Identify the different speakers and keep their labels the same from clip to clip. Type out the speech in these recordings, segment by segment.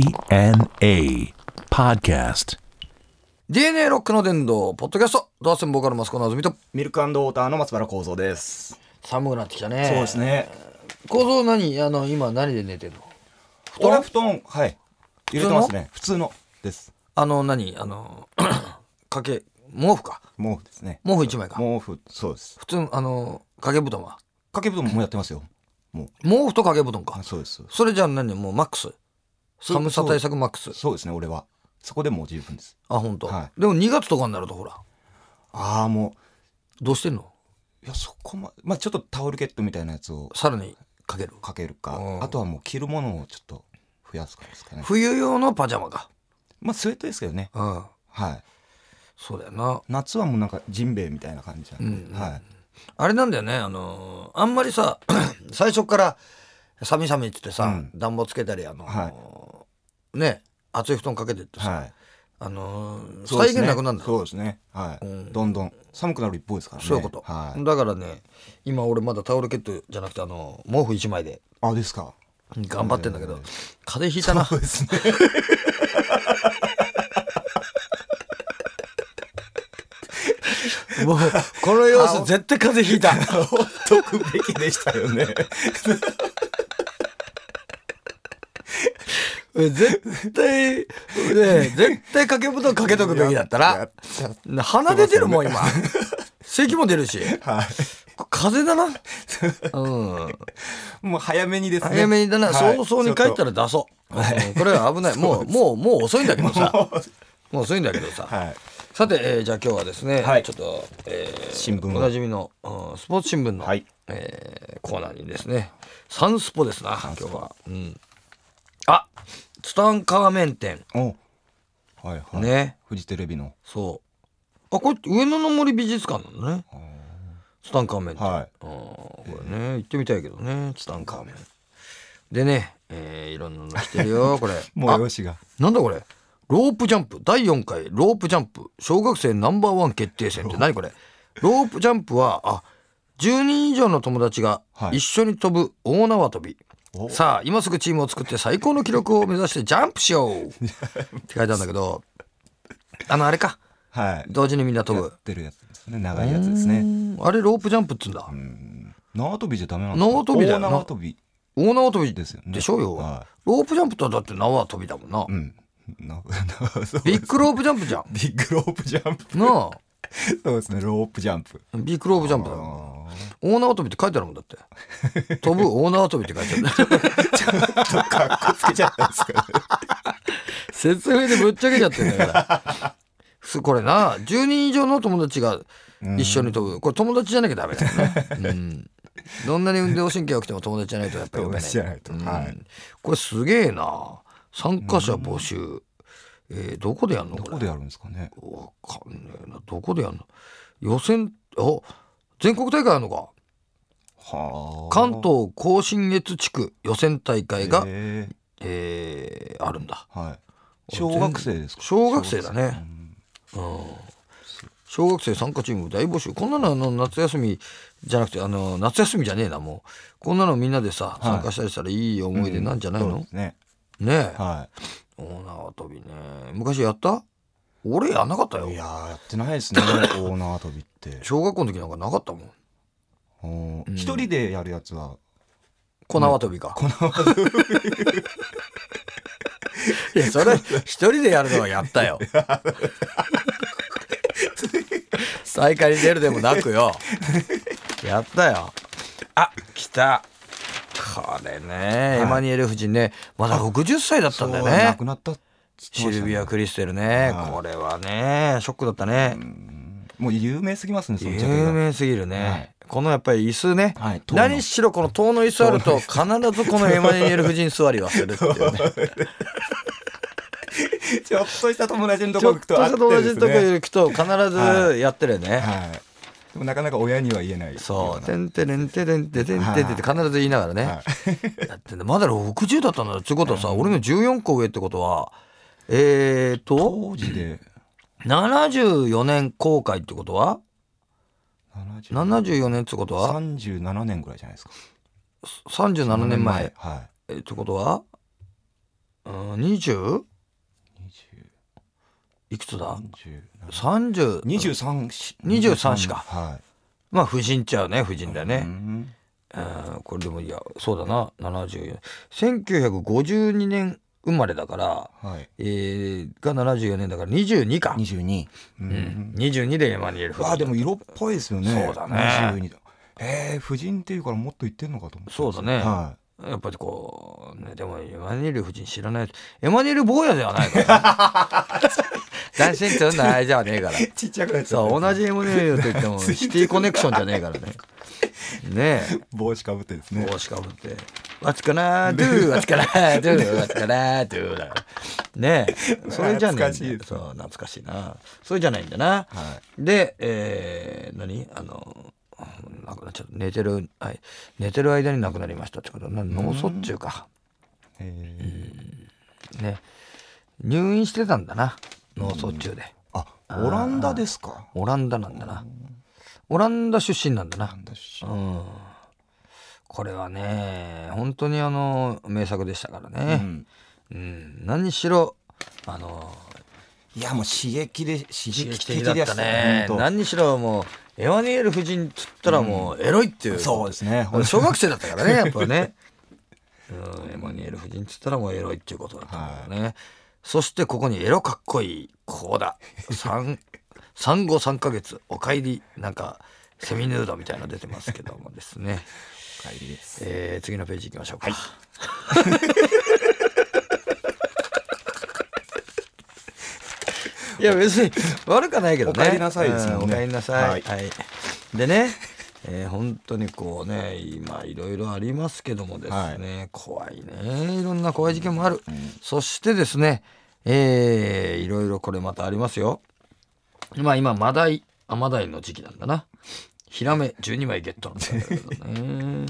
Speaker 1: DNA Podcast.
Speaker 2: DNA ロックの殿堂、ポッドキャスト、ドアセンボーカルマスコのあずみと、
Speaker 3: ミルクウォーターの松原幸三です。
Speaker 2: 寒くなってきたね。
Speaker 3: そうです。ね。
Speaker 2: 構造何あの、今何で寝てるの
Speaker 3: 俺は布団、はい。入れてますね。普通のです。
Speaker 2: あの、何あの、 かけ、毛布か。
Speaker 3: 毛布ですね。
Speaker 2: 毛布一枚か。
Speaker 3: 毛布、そうです。
Speaker 2: 普通の、あの、掛け布団は。
Speaker 3: 掛け布団もやってますよ。もう、
Speaker 2: 毛布と掛け布団か
Speaker 3: あ。そうです。
Speaker 2: それじゃあ何もうマックス。
Speaker 3: そ
Speaker 2: 寒さ対策マックス。
Speaker 3: そうですね、俺は。そこでもう十分です。
Speaker 2: あ、本当、
Speaker 3: は
Speaker 2: でも2月とかになるとほら、
Speaker 3: ああ、も
Speaker 2: どうしてんの
Speaker 3: う、いや、そこま、まあちょっとタオルケットみたいなやつを
Speaker 2: さらにかける。
Speaker 3: かける
Speaker 2: う
Speaker 3: か、
Speaker 2: ん
Speaker 3: あとはもう着るものをちょっと増やすかですかね。
Speaker 2: 冬用のパジャマか。
Speaker 3: まあスウェットですけどね。
Speaker 2: うん。
Speaker 3: はい。
Speaker 2: そうだよな。
Speaker 3: 夏はもうなんかジンベエみたいな感じなんで、はい。
Speaker 2: あれなんだよね、あのーあんまりさ、 最初から、寒い寒いっつってさ、
Speaker 3: うん
Speaker 2: 暖房つけたり、あのー
Speaker 3: は
Speaker 2: ね、熱い布団かけてってさ、
Speaker 3: はい。
Speaker 2: あのー
Speaker 3: そうで
Speaker 2: 再
Speaker 3: す
Speaker 2: 現
Speaker 3: ね
Speaker 2: なくなるんだよ。
Speaker 3: そうですね。はい、
Speaker 2: うん
Speaker 3: どんどん寒くなる一方ですからね。
Speaker 2: そういうこと、
Speaker 3: はい。
Speaker 2: だからね、今俺まだタオルケットじゃなくて、あのー毛布一枚で
Speaker 3: あ、ですか。
Speaker 2: 頑張ってんだけど
Speaker 3: うん、
Speaker 2: 風邪ひいたな。
Speaker 3: そうですね。
Speaker 2: もう、この様子絶対風邪ひいた。
Speaker 3: ほっとくべきでしたよね。
Speaker 2: 絶対、ね、絶対掛け布団かけとくべきだったら、鼻出てるもん、今。咳も出るし。
Speaker 3: は
Speaker 2: 風邪だ な。うん。
Speaker 3: い。もう早めにですね。
Speaker 2: 早めにだな。
Speaker 3: はい
Speaker 2: 早々に帰った
Speaker 3: ちょっ
Speaker 2: ら出そう。うんこれは 危ない。もう、もう、もう遅いんだけどさ。もう遅いんだけど
Speaker 3: と
Speaker 2: さ。
Speaker 3: はい。
Speaker 2: さて、えーじゃあ今日はですね
Speaker 3: は、い
Speaker 2: ちょっと、えー
Speaker 3: 新聞
Speaker 2: おなじみの、うんスポーツ新聞の
Speaker 3: はい、
Speaker 2: えーコーナーにですね、サンスポですな、今
Speaker 3: ン
Speaker 2: 日
Speaker 3: スポ
Speaker 2: は。うんあツタンカーメン店。
Speaker 3: おはいはい。
Speaker 2: ね。
Speaker 3: フジテレビの。
Speaker 2: そう。あ、これ、上野の森美術館なのね。ツタンカーメンって。
Speaker 3: はい
Speaker 2: あーこれね、行ってみたいけどね、ツタンカーメン。でね、えーいろんなの来てる よ、これ。
Speaker 3: もう
Speaker 2: あ
Speaker 3: よしが。
Speaker 2: なんだこれロープジャンプ、第4回ロープジャンプ、小学生ナンバーワン決定戦って何これロープジャンプは、あ、10人以上の友達が
Speaker 3: はい
Speaker 2: 一緒に飛ぶ大縄跳び。
Speaker 3: お
Speaker 2: さあ、今すぐチームを作って最高の記録を目指してジャンプしようって書いてあるんだけど、あの、あれか。
Speaker 3: はい。
Speaker 2: 同時にみんな飛
Speaker 3: や
Speaker 2: ぶ。
Speaker 3: ってるやつですね。長いやつですね。
Speaker 2: あれロープジャンプっつうんだ。
Speaker 3: 縄跳びじゃダメなんですか
Speaker 2: 縄跳びだよな
Speaker 3: 大縄跳び
Speaker 2: 大縄跳び
Speaker 3: で
Speaker 2: ですす
Speaker 3: よ
Speaker 2: よ、
Speaker 3: ね。
Speaker 2: でしょうよ。
Speaker 3: は
Speaker 2: ロープジャンプとはだって縄跳びだもんな。
Speaker 3: い。うん。な そう
Speaker 2: ビッグロープジャンプじゃん。
Speaker 3: ビッグロープジャンプ。
Speaker 2: なあ。
Speaker 3: そうですね。ロープジャンプ。
Speaker 2: ビッグロープジャンプだよ。大縄跳びって書いてあるもんだって。飛ぶ大縄跳びって書いてある。
Speaker 3: かっこつけちゃったんですかね。
Speaker 2: 説明でぶっちゃけちゃってんだから。すこれな、10人以上の友達が一緒に飛ぶ。これ友達じゃなきゃダメだよね。 うん。どんなに運動神経良くても友達じゃないとやっぱり呼べない。
Speaker 3: 友達じゃないと
Speaker 2: うん
Speaker 3: はい
Speaker 2: これすげえな。参加者募集。えーどこでやんの
Speaker 3: ど
Speaker 2: これ
Speaker 3: こでやるんですかね。
Speaker 2: わかんねえな。どこでやんの予選、あ全国大会あるのか。
Speaker 3: はあ。
Speaker 2: 関東甲信越地区予選大会が、え
Speaker 3: へえ
Speaker 2: ーあるんだ。
Speaker 3: はい。小学生ですか。
Speaker 2: 小学生だね。うん小学生参加チーム大募集。こんなのあの夏休みじゃなくて、あの、夏休みじゃねえな、もう。こんなのみんなでさ、
Speaker 3: い
Speaker 2: 参加したりしたらいい思い出なんじゃない
Speaker 3: そう
Speaker 2: の
Speaker 3: で、すね。
Speaker 2: ねえ。
Speaker 3: は
Speaker 2: 大縄跳びね。昔やった俺やんなかったよ
Speaker 3: い。い。やーやってないです ね。大縄跳びって。
Speaker 2: 小学校の時なんかなかったもん。
Speaker 3: おー一人でやるやつは。
Speaker 2: 小縄跳びか。 いや、それ、一人でやるのはやった よ。再会に出るでもなく よ。やったよ。あ、来た。これね、エマニュエル夫人ね、まだ60歳だったんだよ
Speaker 3: そう亡
Speaker 2: ね
Speaker 3: く。なったっつって
Speaker 2: シ
Speaker 3: ましたね。
Speaker 2: ルビア・クリステルね、
Speaker 3: はい
Speaker 2: これはね、ショックだったね。
Speaker 3: もう有名すぎますね。そのジャケ
Speaker 2: 有
Speaker 3: が。
Speaker 2: 名すぎるね、このやっぱり椅子ね、
Speaker 3: はい塔の
Speaker 2: 何しろこの塔の椅子あると必ずこのエマニュエル夫人座りはするって いうね
Speaker 3: ちょっとした友達のと
Speaker 2: ち
Speaker 3: こ
Speaker 2: ょ
Speaker 3: 行
Speaker 2: っ
Speaker 3: く
Speaker 2: と
Speaker 3: と会っ
Speaker 2: した
Speaker 3: て
Speaker 2: 友
Speaker 3: る
Speaker 2: 達の
Speaker 3: んです
Speaker 2: とこ
Speaker 3: ね。
Speaker 2: 行くと必ずやってるよね、
Speaker 3: はい。でもなかなか親には言えない。
Speaker 2: そう「てんてれんてれんててんてて」って必ず言いながらね、
Speaker 3: は
Speaker 2: やってんだまだ60だったんだってことはさ、俺の14個上ってことはえー、と
Speaker 3: 当時で。
Speaker 2: 74年公開ってことは
Speaker 3: 70
Speaker 2: 74年ってことは
Speaker 3: 37年ぐらいじゃないですか。
Speaker 2: 37年前
Speaker 3: は
Speaker 2: えってことはうん、20? いくつだ30
Speaker 3: 23し
Speaker 2: 23しか
Speaker 3: は
Speaker 2: まあ婦人っちゃうね婦人だ
Speaker 3: い、う
Speaker 2: ね、
Speaker 3: ん
Speaker 2: うん、これでもいやそうだな741952年生まれだから、
Speaker 3: はい
Speaker 2: えー、が74年だから22か、
Speaker 3: 22う
Speaker 2: うんん、22でエマニュエル・フ
Speaker 3: わあでも色っぽいですよね
Speaker 2: そうだね
Speaker 3: 22だえー、婦人っていうからもっと言ってんのかと思って
Speaker 2: そうだね
Speaker 3: は
Speaker 2: やっぱりこう、ね、でもエマニュエル夫人知らないエマニュエル・坊やではないから ね斬新って言うんだあれじゃねえから
Speaker 3: い、ちっちゃくなっちゃ
Speaker 2: そう
Speaker 3: う
Speaker 2: 同じエマニュエルと言って もシティコネクションじゃねえからねねえ
Speaker 3: 帽子かぶってですね
Speaker 2: 帽子かぶって「What's gonna do? What's gonna do? What's gonna do?」だからねえそれじゃねえんだよ
Speaker 3: 懐かしいです
Speaker 2: そう懐かしいなそれじゃないんだな、
Speaker 3: は
Speaker 2: でえー、何あのなくなっちゃった寝てる、はい、寝てる間に亡くなりましたってことな脳卒中か
Speaker 3: えー
Speaker 2: ね入院してたんだな脳卒中で
Speaker 3: あオランダですか
Speaker 2: オランダなんだなオランダ出身なんだ
Speaker 3: オ
Speaker 2: な
Speaker 3: ランダ出
Speaker 2: う
Speaker 3: 身
Speaker 2: んこれはね本当にあの名作でしたから
Speaker 3: う
Speaker 2: ね、
Speaker 3: ん
Speaker 2: うん、何しろあの
Speaker 3: いやもう刺激で刺
Speaker 2: 刺
Speaker 3: 激
Speaker 2: 激
Speaker 3: 的
Speaker 2: 的
Speaker 3: で
Speaker 2: だ
Speaker 3: し
Speaker 2: ったね
Speaker 3: ほんと
Speaker 2: 何しろもうエワニエル夫人っつったらもうエロいっていう、
Speaker 3: そうですねほんと
Speaker 2: 小学生だったから ねやっぱね、うん、エマニュエル夫人っつったらもうエロいっていうことだったからね、そしてここにエロかっこいい子だ産産後3ヶ月おかえりなんかセミヌードみたいなの出てますけどもですね、
Speaker 3: 帰りです
Speaker 2: えー次のページ行きましょうか、 いや別に悪くはないけどね。
Speaker 3: お帰りなさいですもん
Speaker 2: うお
Speaker 3: ね
Speaker 2: 帰りなさい。は。
Speaker 3: はいい
Speaker 2: でね、えー本当にこうね、今いろいろありますけどもですね、怖いね。いろんな怖い事件もある。そしてですね、えーいろいろこれまたありますよ。まあ今、マダイ、アマダイの時期なんだな。ヒラメ12枚ゲットなんだけどね。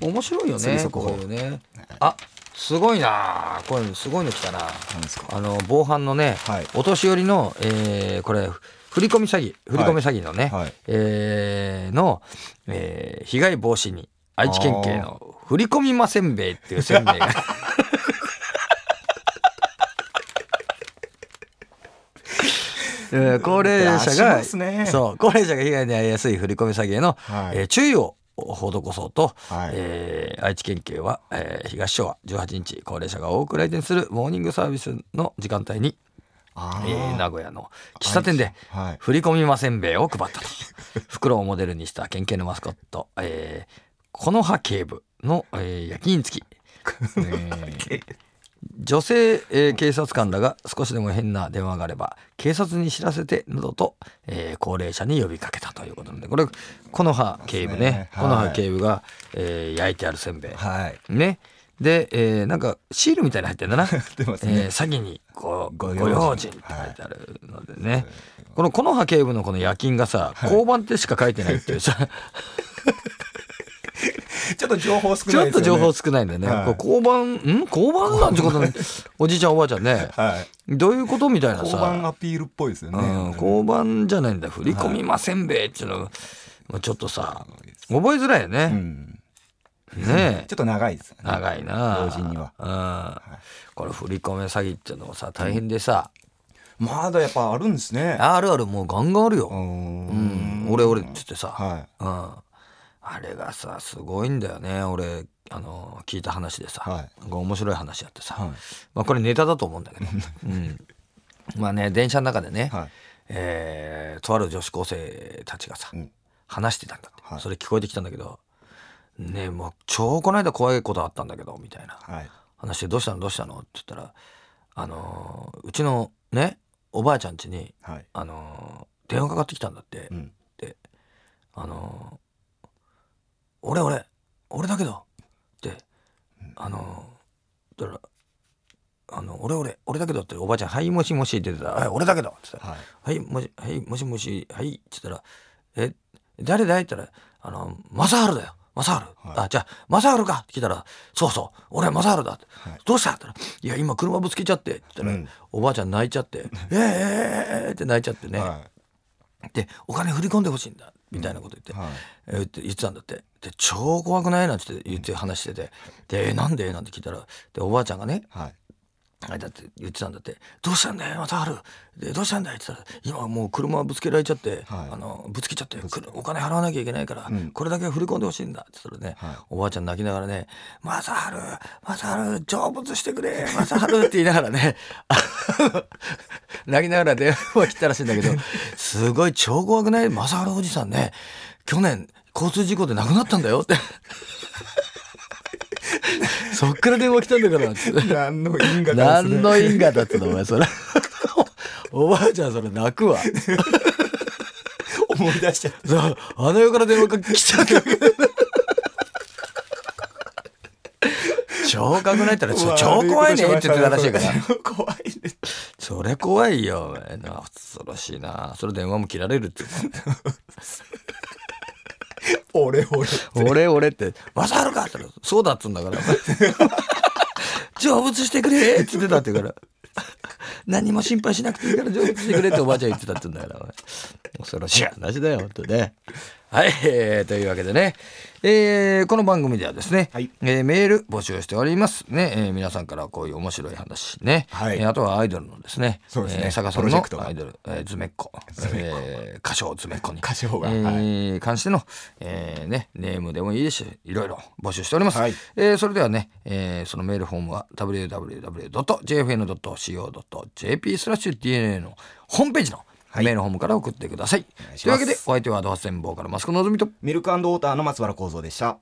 Speaker 2: 面白いよ
Speaker 3: 次
Speaker 2: ね、
Speaker 3: そこ
Speaker 2: こういうね。あ、すごいなこういうのすごいの来たな。
Speaker 3: なんですか
Speaker 2: あの防犯のね、
Speaker 3: はい
Speaker 2: お年寄りの、えーこれ振り込み詐欺振り込み詐欺のね、
Speaker 3: はい
Speaker 2: えーの、えー被害防止に愛知県警の振り込みませんべいっていうせんべい がえー高齢者
Speaker 3: 出し
Speaker 2: が、
Speaker 3: ますね
Speaker 2: そう高齢者が被害に遭いやすい振り込み詐欺への、
Speaker 3: はい
Speaker 2: えー注意を施そうと、
Speaker 3: はい
Speaker 2: えー愛知県警は、えー東昭和18日高齢者が多く来店するモーニングサービスの時間帯に、
Speaker 3: あ
Speaker 2: え
Speaker 3: ー
Speaker 2: ー名古屋の喫茶店で
Speaker 3: はい
Speaker 2: 振り込みませんべいを配った と袋をモデルにした県警のマスコット、えー、この葉警部の、えー焼き印付き、えー女性、えー警察官らが少しでも変な電話があれば警察に知らせてなどと、えー高齢者に呼びかけたということなんでこれこの葉警部ね
Speaker 3: そ
Speaker 2: こ
Speaker 3: うですね
Speaker 2: の
Speaker 3: はい
Speaker 2: 葉警部が、えー焼いてあるせんべい、
Speaker 3: はい
Speaker 2: ねで、えーなんかシールみたいに入ってんだ な
Speaker 3: てます
Speaker 2: え
Speaker 3: ね
Speaker 2: ー詐欺にこうご
Speaker 3: ご
Speaker 2: 用
Speaker 3: 用心
Speaker 2: 心って書いてあるのでね、この木の葉警部のこの夜勤がさ、交番ってしか書いてない っていうさ
Speaker 3: ちょっと情報少
Speaker 2: ち
Speaker 3: な
Speaker 2: ょ
Speaker 3: い
Speaker 2: っ
Speaker 3: ですよね
Speaker 2: と情報少ないんだよね、
Speaker 3: はい
Speaker 2: こう交番ん交番なんてこと ねおじいちゃんおばあちゃんね、
Speaker 3: はい
Speaker 2: どういうことみたいなさ
Speaker 3: 交番アピールっぽいですよね。
Speaker 2: うん、交番じゃないんだ振り込みませんべいっていうの、まあちょっとさ覚えづらいよ
Speaker 3: う
Speaker 2: ね、
Speaker 3: ん
Speaker 2: ねえ
Speaker 3: ちょっと長いですよね。
Speaker 2: 長いな
Speaker 3: 老人には
Speaker 2: うんこれ振り込め詐欺っていうのもさ大変でさ、
Speaker 3: まだやっぱあるんですね。
Speaker 2: あるあるもうガンガンある
Speaker 3: うー
Speaker 2: よ、
Speaker 3: ん
Speaker 2: うん、俺俺っつってさ、
Speaker 3: は
Speaker 2: うん、あれがさすごいんだよね俺あの聞いた話でさ、
Speaker 3: はい
Speaker 2: なんか面白い話やってさ、
Speaker 3: はい
Speaker 2: まあ、これネタだと思うんだけ ど、うん、まあね電車の中でね、
Speaker 3: はい
Speaker 2: えーとある女子高生たちがさ、
Speaker 3: うん
Speaker 2: 話してたんだって、
Speaker 3: はい
Speaker 2: それ聞こえてきたんだけど「ねえもう超この間怖いことあったんだけど」みたいない
Speaker 3: はい
Speaker 2: 話で「どうしたのどうしたの?」って言ったら「あのーうちのねおばあちゃん家に、
Speaker 3: はい。
Speaker 2: あのー電話かかってきたんだって」
Speaker 3: うん
Speaker 2: あのー俺俺俺だけど」ってあのーだから「あの俺俺俺だけど」っておばあちゃん「はいもしもし」って言ってたら「はい俺だけど」って言ったら
Speaker 3: は
Speaker 2: 「
Speaker 3: い。
Speaker 2: はいもし,、はい、もしもしはい」って言ったら「え誰だい?」って言ったら「あの正治だよ正治、
Speaker 3: はい
Speaker 2: あじゃあ正治か」って聞いたら「そうそう俺正治だ」って、
Speaker 3: はい
Speaker 2: どうした?」って言ったら「いや今車ぶつけちゃって」って言ったら、
Speaker 3: うん
Speaker 2: おばあちゃん泣いちゃ って「えー、えーえーえーって泣いちゃってね、
Speaker 3: は
Speaker 2: でお金振り込んでほしいんだみたいなこと言って、
Speaker 3: い。はい。
Speaker 2: えーって言ってたんだってで超怖くないなんて言って言って話しててでえーなんでなんて聞いたらでおばあちゃんがね
Speaker 3: はい。
Speaker 2: あれだって言ってたんだって「どうしたんだよまたあるでどうしたんだよ」って言ったら「今もう車ぶつけられちゃって、
Speaker 3: はい
Speaker 2: あのぶつけちゃってくるお金払わなきゃいけないから、これだけ振り込んでほしいんだ」って言ったらね、
Speaker 3: はい
Speaker 2: おばあちゃん泣きながらね「まさはるまさはる成仏してくれまさはる」って言いながらねあの泣きながら電話を切ったらしいんだけどすごい超怖くないまさはるおじさんね去年交通事故で亡くなったんだよって。 そっから電話来たんだからって。
Speaker 3: 何の因果かです
Speaker 2: 何
Speaker 3: ね
Speaker 2: の因果だったのお前それ おばあちゃんそれ泣くわ
Speaker 3: 思い出しちゃっ
Speaker 2: そうあの世から電話が来ちゃったけど超怖くないったら
Speaker 3: た
Speaker 2: そ超怖いねって言ってたらしいから
Speaker 3: 怖いね
Speaker 2: それ怖いよお前な恐ろしいなそれ電話も切られるって
Speaker 3: 俺俺
Speaker 2: 俺俺って「まさるか!」って言ったらそうだっつうんだから 「成仏してくれ!」っつってたって言うから「何も心配しなくていいから成仏してくれ」っておばあちゃん言ってたって言うんだからお前恐ろしい話だよ本当ね。はい、えーというわけでね、えーこの番組ではですね、
Speaker 3: はい
Speaker 2: えーメール募集しておりますね、えー皆さんからこういう面白い話ね、
Speaker 3: はい
Speaker 2: えーあとはアイドルのですね
Speaker 3: そうですね
Speaker 2: えー佐賀さん
Speaker 3: プロジェ
Speaker 2: の
Speaker 3: クトが
Speaker 2: アイドル、えー、ズメッコえー歌唱ズメッコに
Speaker 3: 歌唱が
Speaker 2: えー
Speaker 3: はい
Speaker 2: に関しての、えーね、ネームでもいいですしいろいろ募集しております、
Speaker 3: はい
Speaker 2: えーそれではね、えーそのメールフォームは www.jfn.co.jp スラッシュ DNA のホームページのメールフォームから送ってください、
Speaker 3: 願いし
Speaker 2: という
Speaker 3: ま
Speaker 2: わ
Speaker 3: す
Speaker 2: けでお相手はドハセンボーカルマスコのぞみと
Speaker 3: ミルクウォーターの松原幸三でした